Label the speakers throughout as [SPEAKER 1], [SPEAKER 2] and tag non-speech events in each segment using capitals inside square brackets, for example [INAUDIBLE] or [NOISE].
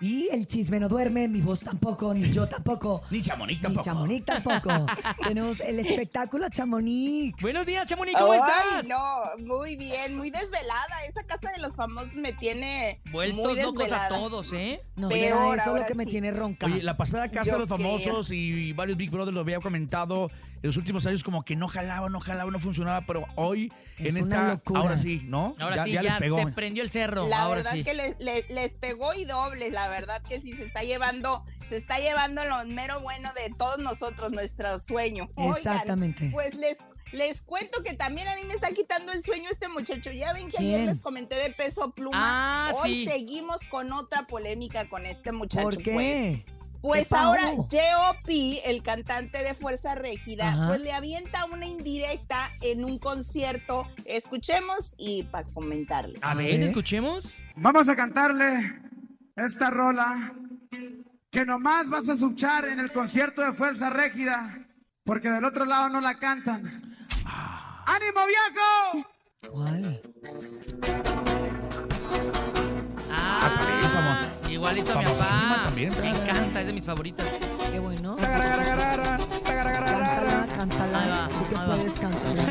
[SPEAKER 1] Y el chisme no duerme, mi voz tampoco, ni yo
[SPEAKER 2] [LAUGHS]
[SPEAKER 1] tampoco.
[SPEAKER 3] Ni Chamonix
[SPEAKER 1] Ni
[SPEAKER 3] tampoco.
[SPEAKER 1] Chamonix tampoco. Tenemos el espectáculo Chamonix.
[SPEAKER 2] Buenos días, Chamonix, ¿cómo estás?
[SPEAKER 4] Ay, Oh, no, muy bien, muy desvelada. Esa casa de los famosos me tiene muy
[SPEAKER 2] Vueltos locos
[SPEAKER 4] desvelada.
[SPEAKER 2] a todos, ¿eh?
[SPEAKER 1] No
[SPEAKER 4] Peor,
[SPEAKER 1] será eso lo
[SPEAKER 4] ahora
[SPEAKER 1] que me
[SPEAKER 4] sí.
[SPEAKER 1] tiene ronca.
[SPEAKER 3] Oye, la pasada Casa de
[SPEAKER 4] Yo
[SPEAKER 3] los Famosos y, varios Big Brother lo había comentado en los últimos años como que no jalaba, no jalaba, no funcionaba, pero hoy
[SPEAKER 1] Es
[SPEAKER 3] en
[SPEAKER 1] una
[SPEAKER 3] esta
[SPEAKER 1] locura.
[SPEAKER 3] ahora sí, ¿no?
[SPEAKER 2] Ahora sí,
[SPEAKER 3] les
[SPEAKER 2] ya,
[SPEAKER 3] pegó.
[SPEAKER 2] se prendió el cerro.
[SPEAKER 4] La
[SPEAKER 2] ahora
[SPEAKER 4] verdad
[SPEAKER 2] sí.
[SPEAKER 4] que les, les- les pegó y dobles, la verdad que sí se está llevando, se está llevando lo mero bueno de todos nosotros, nuestro sueño. Oigan,
[SPEAKER 1] Exactamente.
[SPEAKER 4] pues les les cuento que también a mí me está quitando el sueño este muchacho. Ya ven que
[SPEAKER 1] ¿Quién?
[SPEAKER 4] ayer les comenté de peso pluma.
[SPEAKER 2] Ah, sí.
[SPEAKER 4] Hoy seguimos con otra polémica con este muchacho.
[SPEAKER 1] ¿Por
[SPEAKER 4] pues.
[SPEAKER 1] qué?
[SPEAKER 4] Pues
[SPEAKER 1] ¿Qué
[SPEAKER 4] ahora
[SPEAKER 1] pasó?
[SPEAKER 4] J.O.P., el cantante de Fuerza Régida,
[SPEAKER 1] Ajá.
[SPEAKER 4] pues le avienta una indirecta en un concierto. Escuchemos y para comentarles.
[SPEAKER 2] A ver, escuchemos.
[SPEAKER 5] Vamos a cantarle esta rola que nomás vas a escuchar en el concierto de Fuerza Régida, porque del otro lado no la cantan. ¡Ánimo, viejo!
[SPEAKER 1] ¿Cuál?
[SPEAKER 2] Ah,
[SPEAKER 3] también, famo-
[SPEAKER 2] igualito a mi
[SPEAKER 3] famosísima
[SPEAKER 2] papá.
[SPEAKER 3] también.
[SPEAKER 2] Me encanta, es de mis favoritas.
[SPEAKER 1] Qué bueno.
[SPEAKER 3] Tagaragaragarara, tagaragaragarara.
[SPEAKER 1] Cántala, cántala.
[SPEAKER 2] Ahí va,
[SPEAKER 1] Tú que
[SPEAKER 2] ahí va.
[SPEAKER 1] puedes cantarla.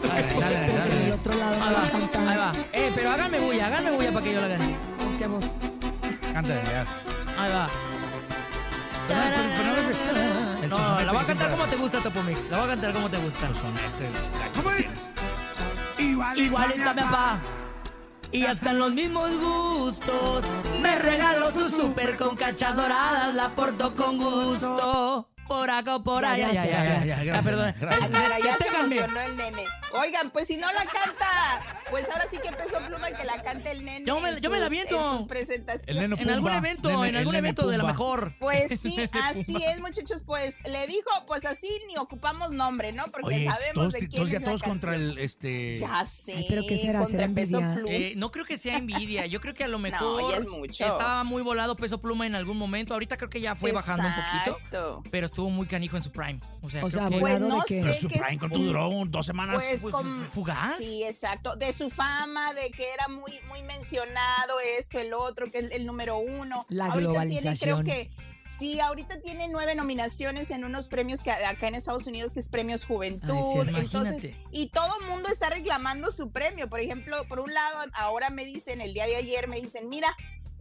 [SPEAKER 1] Pero que del
[SPEAKER 2] Ahí
[SPEAKER 1] otro lado no
[SPEAKER 2] va,
[SPEAKER 1] la cantan.
[SPEAKER 2] ahí va. Eh, pero háganme bulla, háganme bulla para que yo la gane.
[SPEAKER 1] ¿Con qué voz?
[SPEAKER 3] Cántale, ya.
[SPEAKER 2] Ahí va.
[SPEAKER 3] Pero no, pero- pero no es el- el
[SPEAKER 2] No, la voy a
[SPEAKER 3] sonete
[SPEAKER 2] cantar
[SPEAKER 3] que
[SPEAKER 2] como
[SPEAKER 3] siempre
[SPEAKER 2] te gusta, Topo Mix. La voy a cantar como te gusta.
[SPEAKER 5] ¿Cómo es? Igualita,
[SPEAKER 2] Igual
[SPEAKER 5] mi
[SPEAKER 2] está mi
[SPEAKER 5] papá.
[SPEAKER 2] papá. Y hasta en los mismos gustos. Me regaló su súper con cachas doradas. La porto con gusto. Por acá o por
[SPEAKER 1] Ya,
[SPEAKER 2] allá.
[SPEAKER 1] gracias,
[SPEAKER 3] gracias.
[SPEAKER 2] Ah, perdón.
[SPEAKER 3] Gracias.
[SPEAKER 4] Ah, mira, ya se
[SPEAKER 2] Ténganme.
[SPEAKER 4] emocionó el nene. Oigan, pues si no la canta, pues ahora sí que peso pluma que la cante el nene.
[SPEAKER 2] Yo me-
[SPEAKER 4] en
[SPEAKER 2] yo me la
[SPEAKER 4] sus-
[SPEAKER 2] aviento.
[SPEAKER 4] En sus presentaciones.
[SPEAKER 3] El neno
[SPEAKER 2] En algún
[SPEAKER 3] Pumba,
[SPEAKER 2] evento,
[SPEAKER 3] nene-
[SPEAKER 2] en
[SPEAKER 3] el
[SPEAKER 2] algún
[SPEAKER 3] nene
[SPEAKER 2] evento de la
[SPEAKER 3] Pumba.
[SPEAKER 2] mejor.
[SPEAKER 4] Pues sí, así es, muchachos. Pues le dijo, pues así ni ocupamos nombre, ¿no? Porque
[SPEAKER 3] Oye,
[SPEAKER 4] sabemos
[SPEAKER 3] todos,
[SPEAKER 4] de quién
[SPEAKER 3] todos
[SPEAKER 4] es
[SPEAKER 3] ya
[SPEAKER 4] la
[SPEAKER 3] todos
[SPEAKER 4] canción.
[SPEAKER 3] contra el este
[SPEAKER 4] Ya sé.
[SPEAKER 1] Ay, pero ¿qué será?
[SPEAKER 4] Contra
[SPEAKER 1] ¿Será
[SPEAKER 4] peso
[SPEAKER 1] envidia?
[SPEAKER 4] pluma.
[SPEAKER 2] Eh, no creo que sea envidia. Yo creo que a
[SPEAKER 4] [LAUGHS]
[SPEAKER 2] lo mejor
[SPEAKER 4] ya es mucho.
[SPEAKER 2] estaba muy volado peso pluma en algún momento. Ahorita creo que ya fue bajando un poquito.
[SPEAKER 4] Exacto.
[SPEAKER 2] Pero estuvo muy canijo en su prime. O sea,
[SPEAKER 1] O
[SPEAKER 2] creo
[SPEAKER 1] sea,
[SPEAKER 2] que-
[SPEAKER 1] volado
[SPEAKER 4] Pues
[SPEAKER 1] de
[SPEAKER 4] no
[SPEAKER 1] que-
[SPEAKER 4] sé.
[SPEAKER 3] Pero su
[SPEAKER 4] que
[SPEAKER 3] Prime
[SPEAKER 4] es-
[SPEAKER 3] ¿cuánto duró? Un- ¿Dos semanas?
[SPEAKER 4] Pues, con-
[SPEAKER 2] fugaz.
[SPEAKER 4] Sí, exacto. De su fama, de que era muy, muy mencionado esto, el otro, que es el número uno.
[SPEAKER 1] La
[SPEAKER 4] ahorita tiene, creo
[SPEAKER 1] globalización.
[SPEAKER 4] que, sí, ahorita tiene nueve nominaciones en unos premios que acá en Estados Unidos, que es Premios Juventud.
[SPEAKER 2] Ay, sí,
[SPEAKER 4] Entonces,
[SPEAKER 2] Ah, imagínate.
[SPEAKER 4] y todo el mundo está reclamando su premio. Por ejemplo, por un lado, ahora me dicen, el día de ayer me dicen, mira.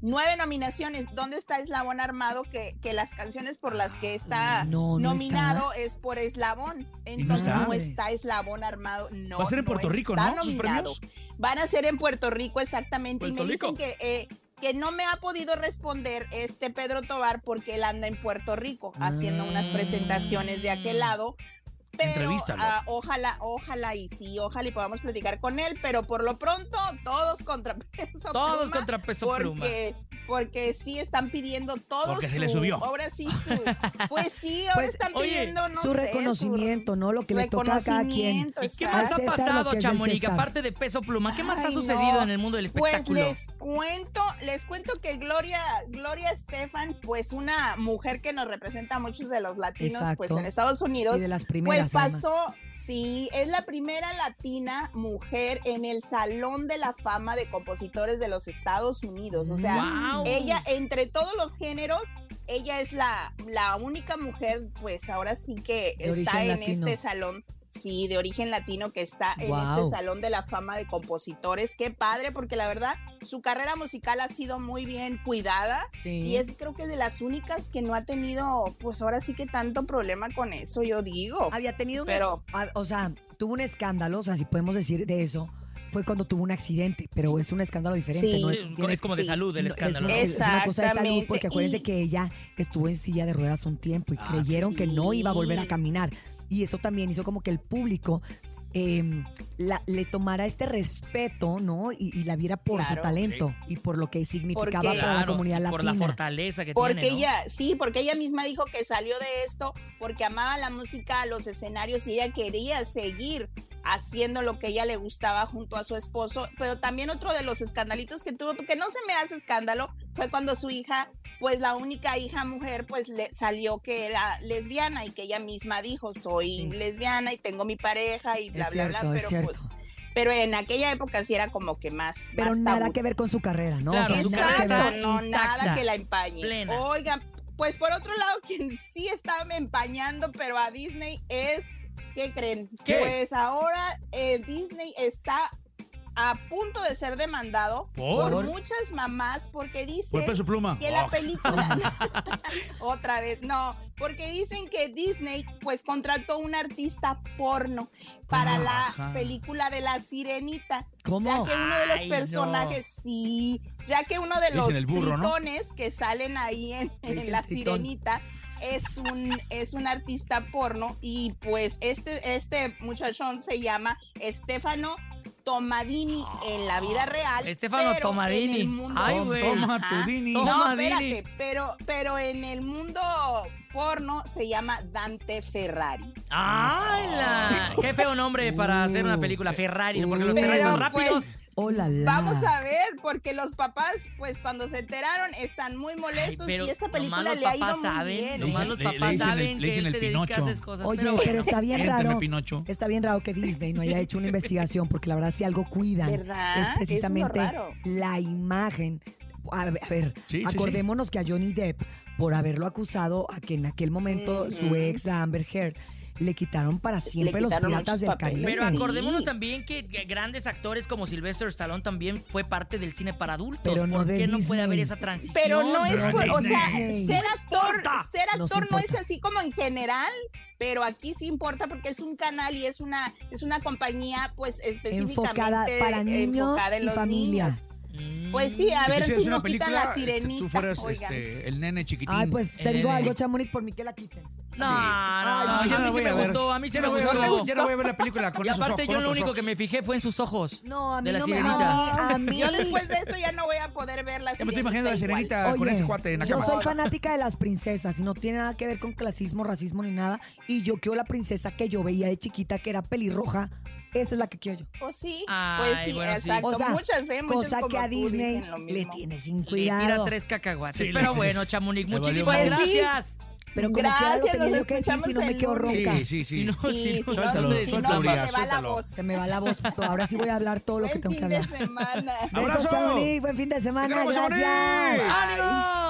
[SPEAKER 4] Nueve nominaciones. ¿Dónde está Eslabón Armado? Que, que las canciones por las que está
[SPEAKER 1] No, no
[SPEAKER 4] nominado es por Eslabón. Entonces
[SPEAKER 3] está.
[SPEAKER 4] no está Eslabón Armado. No,
[SPEAKER 3] Va a ser en
[SPEAKER 4] no
[SPEAKER 3] Puerto Rico,
[SPEAKER 4] está
[SPEAKER 3] ¿no? ¿Sus
[SPEAKER 4] nominado.
[SPEAKER 3] premios?
[SPEAKER 4] Van a ser en Puerto Rico, exactamente. y
[SPEAKER 3] Puerto
[SPEAKER 4] me dicen
[SPEAKER 3] Rico.
[SPEAKER 4] que, eh, que no me ha podido responder este Pedro Tobar porque él anda en Puerto Rico haciendo unas
[SPEAKER 2] Mm.
[SPEAKER 4] presentaciones de aquel lado. Pero
[SPEAKER 3] Mm. Entrevístalo.
[SPEAKER 4] ah, ojalá, ojalá y sí, ojalá y podamos platicar con él. Pero por lo pronto, todos contra [LAUGHS] peso.
[SPEAKER 2] Todos
[SPEAKER 4] pluma
[SPEAKER 2] contra peso pluma.
[SPEAKER 4] porque, porque sí están pidiendo todo
[SPEAKER 3] Porque se
[SPEAKER 4] su-
[SPEAKER 3] le subió.
[SPEAKER 4] Ahora sí
[SPEAKER 2] [LAUGHS]
[SPEAKER 4] su. Pues sí, ahora
[SPEAKER 1] Pues,
[SPEAKER 4] están
[SPEAKER 2] oye,
[SPEAKER 4] pidiendo, no
[SPEAKER 1] Su
[SPEAKER 4] sé,
[SPEAKER 1] reconocimiento, ¿no? Lo
[SPEAKER 4] su
[SPEAKER 1] que le toca a cada quien.
[SPEAKER 4] reconocimiento,
[SPEAKER 2] ¿Y qué
[SPEAKER 4] exacto.
[SPEAKER 2] más ha
[SPEAKER 1] Al César lo que
[SPEAKER 2] pasado,
[SPEAKER 1] es del
[SPEAKER 2] Chamonix?
[SPEAKER 1] César.
[SPEAKER 2] Aparte de peso pluma, ¿qué más ha
[SPEAKER 4] Ay,
[SPEAKER 2] sucedido
[SPEAKER 4] no.
[SPEAKER 2] en el mundo del
[SPEAKER 4] Pues
[SPEAKER 2] espectáculo?
[SPEAKER 4] les cuento, les cuento que Gloria, Gloria Estefan, pues una mujer que nos representa a muchos de los latinos, pues
[SPEAKER 1] Exacto.
[SPEAKER 4] en Estados Unidos,
[SPEAKER 1] Y de las primeras.
[SPEAKER 4] pues pasó, sí, es la primera latina mujer en el Salón de la Fama de Compositores de los Estados Unidos. O sea,
[SPEAKER 2] ¡Guau!
[SPEAKER 4] ella, entre todos los géneros, ella es la, la única mujer, pues ahora sí que
[SPEAKER 1] De
[SPEAKER 4] está
[SPEAKER 1] origen
[SPEAKER 4] en
[SPEAKER 1] latino.
[SPEAKER 4] este salón. Sí, de origen latino que está en
[SPEAKER 1] Guau.
[SPEAKER 4] este salón de la fama de compositores. Qué padre, porque la verdad, su carrera musical ha sido muy bien cuidada
[SPEAKER 1] además.
[SPEAKER 4] y es creo que de las únicas que no ha tenido, pues ahora sí que tanto problema con eso, yo digo.
[SPEAKER 1] Había tenido un
[SPEAKER 4] Pero-
[SPEAKER 1] a- o sea, tuvo un escándalo, o sea, si podemos decir de eso, fue cuando tuvo un accidente, pero es un escándalo diferente.
[SPEAKER 4] Sí.
[SPEAKER 1] no
[SPEAKER 2] Sí,
[SPEAKER 1] tiene-
[SPEAKER 2] Pues, es como de
[SPEAKER 4] sí.
[SPEAKER 2] salud el
[SPEAKER 1] no,
[SPEAKER 2] escándalo.
[SPEAKER 1] Es
[SPEAKER 2] ¿no?
[SPEAKER 1] una, es una cosa de salud,
[SPEAKER 4] Exactamente,
[SPEAKER 1] porque acuérdense
[SPEAKER 4] y-
[SPEAKER 1] que ella estuvo en silla de ruedas un tiempo y
[SPEAKER 3] Ah,
[SPEAKER 1] creyeron que no iba a volver a
[SPEAKER 4] sí.
[SPEAKER 1] caminar. Y eso también hizo como que el público eh, la- le tomara este respeto, ¿no? Y, y la viera por su
[SPEAKER 4] Claro.
[SPEAKER 1] talento y por lo que significaba
[SPEAKER 4] Porque-
[SPEAKER 1] para la
[SPEAKER 2] Claro,
[SPEAKER 1] comunidad latina.
[SPEAKER 2] por la fortaleza que
[SPEAKER 4] Porque
[SPEAKER 2] tiene. ¿no?
[SPEAKER 4] ella, sí, porque ella misma dijo que salió de esto porque amaba la música, los escenarios y ella quería seguir haciendo lo que ella le gustaba junto a su esposo. Pero también otro de los escandalitos que tuvo, porque no se me hace escándalo, fue cuando su hija, pues la única hija mujer, pues le salió que era lesbiana y que ella misma dijo, soy
[SPEAKER 1] Sí.
[SPEAKER 4] lesbiana y tengo mi pareja y bla,
[SPEAKER 1] Es
[SPEAKER 4] bla,
[SPEAKER 1] cierto, es
[SPEAKER 4] bla, pero
[SPEAKER 1] cierto.
[SPEAKER 4] pues... Pero en aquella época sí era como que más.
[SPEAKER 1] Pero
[SPEAKER 4] más
[SPEAKER 1] nada
[SPEAKER 4] tabú.
[SPEAKER 1] que ver con su carrera, ¿no?
[SPEAKER 2] Claro, su
[SPEAKER 1] nada que
[SPEAKER 2] carrera.
[SPEAKER 1] ver.
[SPEAKER 4] Exacto, no,
[SPEAKER 2] intacta,
[SPEAKER 4] nada que la empañe.
[SPEAKER 2] plena.
[SPEAKER 4] Oigan, pues por otro lado, [LAUGHS] quien sí está empañando, pero a Disney es, ¿qué creen?
[SPEAKER 2] ¿Qué?
[SPEAKER 4] Pues ahora eh, Disney está a punto de ser demandado
[SPEAKER 3] ¿Por?
[SPEAKER 4] por, muchas mamás porque dice
[SPEAKER 2] Pues,
[SPEAKER 3] Golpe su pluma.
[SPEAKER 4] que la
[SPEAKER 3] Oh,
[SPEAKER 2] [LAUGHS]
[SPEAKER 4] película [LAUGHS] otra vez no porque dicen que Disney pues contrató un artista porno para
[SPEAKER 3] Ajá.
[SPEAKER 4] la película de la Sirenita
[SPEAKER 1] ¿Cómo?
[SPEAKER 4] ya que uno de los
[SPEAKER 2] Ay,
[SPEAKER 4] personajes sí ya que uno de los
[SPEAKER 3] Dicen el burro, ¿no?
[SPEAKER 4] tritones que salen ahí en, en
[SPEAKER 1] Dicen
[SPEAKER 4] la
[SPEAKER 1] tritón.
[SPEAKER 4] Sirenita es un es un artista porno y pues este este muchachón se llama Estefano Tomadini en la vida real
[SPEAKER 2] Estefano
[SPEAKER 4] pero en
[SPEAKER 2] Tomadini.
[SPEAKER 4] el mundo-
[SPEAKER 2] Ay,
[SPEAKER 3] Tom-
[SPEAKER 2] güey.
[SPEAKER 3] Toma
[SPEAKER 4] pues. Ajá.
[SPEAKER 3] tu Dini.
[SPEAKER 2] No,
[SPEAKER 4] no,
[SPEAKER 2] Madini.
[SPEAKER 4] espérate, pero, pero en el mundo porno se llama Dante Ferrari.
[SPEAKER 2] ¡Ay, la!
[SPEAKER 1] Oh.
[SPEAKER 2] Qué feo nombre para hacer una película Ferrari, porque los
[SPEAKER 1] Pero,
[SPEAKER 2] Ferrari son
[SPEAKER 4] pues,
[SPEAKER 2] rápidos.
[SPEAKER 1] Hola,
[SPEAKER 4] Vamos a ver, porque los papás, pues cuando se enteraron, están muy molestos
[SPEAKER 2] pero
[SPEAKER 4] y esta
[SPEAKER 2] nomás
[SPEAKER 4] película
[SPEAKER 2] los
[SPEAKER 4] le ha ido
[SPEAKER 2] papás
[SPEAKER 4] muy
[SPEAKER 2] saben,
[SPEAKER 4] bien.
[SPEAKER 2] nomás
[SPEAKER 4] ¿eh?
[SPEAKER 3] Le dicen-
[SPEAKER 2] los
[SPEAKER 3] le
[SPEAKER 2] papás
[SPEAKER 3] dicen el-
[SPEAKER 2] saben
[SPEAKER 3] le
[SPEAKER 2] que
[SPEAKER 3] dicen
[SPEAKER 2] él
[SPEAKER 3] el
[SPEAKER 2] se dedica a
[SPEAKER 3] Pinocho.
[SPEAKER 2] esas cosas.
[SPEAKER 1] Oye,
[SPEAKER 2] pero bueno.
[SPEAKER 1] pero está bien
[SPEAKER 3] Éntrenme,
[SPEAKER 1] raro.
[SPEAKER 3] Pinocho.
[SPEAKER 1] Está bien raro que Disney no haya hecho una investigación, porque la verdad, si algo cuidan,
[SPEAKER 4] ¿Verdad? Eso
[SPEAKER 1] es
[SPEAKER 4] es lo
[SPEAKER 1] precisamente
[SPEAKER 4] raro.
[SPEAKER 1] la imagen. A ver, a ver,
[SPEAKER 3] Sí, sí, sí.
[SPEAKER 1] acordémonos que a Johnny Depp, por haberlo acusado a que en aquel momento su
[SPEAKER 4] Ujú.
[SPEAKER 1] ex, a Amber Heard, le quitaron para siempre
[SPEAKER 4] quitaron
[SPEAKER 1] los piratas
[SPEAKER 4] muchos
[SPEAKER 1] del
[SPEAKER 4] papeles.
[SPEAKER 1] Caribe.
[SPEAKER 2] Pero
[SPEAKER 4] Sí.
[SPEAKER 2] acordémonos también que que grandes actores como Sylvester Stallone también fue parte del cine para adultos.
[SPEAKER 1] Pero no
[SPEAKER 2] ¿Por
[SPEAKER 1] de
[SPEAKER 2] qué no puede
[SPEAKER 1] Disney.
[SPEAKER 2] haber esa transición?
[SPEAKER 4] Pero no es
[SPEAKER 3] Pero
[SPEAKER 4] por, o
[SPEAKER 3] Disney.
[SPEAKER 4] sea, ser actor,
[SPEAKER 1] importa.
[SPEAKER 4] ser
[SPEAKER 1] Nos
[SPEAKER 4] actor no es
[SPEAKER 1] importa.
[SPEAKER 4] así como en general, pero aquí sí importa porque es un canal y es una, es una compañía pues específicamente
[SPEAKER 1] Enfocada para niños
[SPEAKER 4] enfocada en
[SPEAKER 1] y
[SPEAKER 4] los
[SPEAKER 1] familias.
[SPEAKER 4] niños.
[SPEAKER 2] Mm.
[SPEAKER 4] Pues sí, a
[SPEAKER 3] Si
[SPEAKER 4] ver
[SPEAKER 3] quisieras
[SPEAKER 4] si no quitan la sirenita.
[SPEAKER 3] eh, Tú fueras
[SPEAKER 4] oigan.
[SPEAKER 3] este, el nene chiquitín.
[SPEAKER 1] Ay, pues te
[SPEAKER 2] El
[SPEAKER 1] digo
[SPEAKER 2] nene.
[SPEAKER 1] algo, Chamonix, por mí que la quiten.
[SPEAKER 3] Ay, sí,
[SPEAKER 2] No, no, yo
[SPEAKER 3] ya
[SPEAKER 2] a
[SPEAKER 3] Ah, no
[SPEAKER 2] mí sí
[SPEAKER 3] voy
[SPEAKER 2] me
[SPEAKER 3] a ver.
[SPEAKER 2] gustó, a mí sí
[SPEAKER 3] Ya
[SPEAKER 2] me
[SPEAKER 3] no voy a
[SPEAKER 2] gustó.
[SPEAKER 3] ver- ya no voy a ver la película con
[SPEAKER 2] Y
[SPEAKER 3] esos
[SPEAKER 2] aparte
[SPEAKER 3] ojos,
[SPEAKER 2] yo
[SPEAKER 3] con
[SPEAKER 2] lo
[SPEAKER 3] otros
[SPEAKER 2] único que
[SPEAKER 3] ojos.
[SPEAKER 2] me fijé fue en sus ojos.
[SPEAKER 1] No, a mí
[SPEAKER 2] De la
[SPEAKER 1] no me-
[SPEAKER 2] sirenita.
[SPEAKER 1] a mí-
[SPEAKER 4] Yo después de esto ya no voy a poder ver la
[SPEAKER 3] Ya me estoy
[SPEAKER 4] sirenita
[SPEAKER 3] imaginando la
[SPEAKER 4] igual.
[SPEAKER 3] sirenita Ah, con
[SPEAKER 1] Oye,
[SPEAKER 3] ese cuate en la
[SPEAKER 1] yo
[SPEAKER 3] cama.
[SPEAKER 1] soy fanática de las princesas y no tiene nada que ver con clasismo, racismo ni nada. Y yo quiero la princesa que yo veía de chiquita, que era pelirroja. Esa es la que quiero yo.
[SPEAKER 4] Pues sí,
[SPEAKER 2] Ay,
[SPEAKER 4] pues sí,
[SPEAKER 2] bueno, sí.
[SPEAKER 4] exacto.
[SPEAKER 1] O sea,
[SPEAKER 4] muchas de muchas
[SPEAKER 1] Cosa
[SPEAKER 4] como
[SPEAKER 1] que a
[SPEAKER 4] tú
[SPEAKER 1] Disney
[SPEAKER 4] dicen lo
[SPEAKER 1] le
[SPEAKER 4] mismo.
[SPEAKER 1] tiene sin
[SPEAKER 2] Le tira
[SPEAKER 1] cuidado.
[SPEAKER 2] tres cacahuates.
[SPEAKER 3] Sí,
[SPEAKER 2] pero
[SPEAKER 3] le-
[SPEAKER 2] bueno, Chamonix,
[SPEAKER 3] [LAUGHS] le valió
[SPEAKER 2] muchísimas
[SPEAKER 4] madre. Pues sí.
[SPEAKER 2] gracias.
[SPEAKER 1] Pero como
[SPEAKER 4] Gracias,
[SPEAKER 1] que algo tenía
[SPEAKER 4] nos
[SPEAKER 1] yo que decir,
[SPEAKER 4] escuchamos
[SPEAKER 1] si no me
[SPEAKER 4] el
[SPEAKER 1] quedo
[SPEAKER 4] lunes.
[SPEAKER 1] ronca.
[SPEAKER 3] Sí, sí, sí.
[SPEAKER 2] No, si
[SPEAKER 4] Sí,
[SPEAKER 2] no,
[SPEAKER 4] si no,
[SPEAKER 3] suéltalo,
[SPEAKER 4] si no,
[SPEAKER 3] suéltalo,
[SPEAKER 4] se
[SPEAKER 3] Uriah,
[SPEAKER 4] te va la
[SPEAKER 3] suéltalo.
[SPEAKER 4] voz.
[SPEAKER 1] Se me va la voz. Ahora sí voy a hablar todo lo que
[SPEAKER 4] Buen
[SPEAKER 1] tengo que
[SPEAKER 4] fin de
[SPEAKER 1] hablar. [LAUGHS]
[SPEAKER 4] semana.
[SPEAKER 1] Besos,
[SPEAKER 3] ¡Abrazo!
[SPEAKER 1] Chamonix. Buen fin de semana.
[SPEAKER 3] queremos, Chamonix!
[SPEAKER 1] Gracias.
[SPEAKER 2] ¡Ánimo!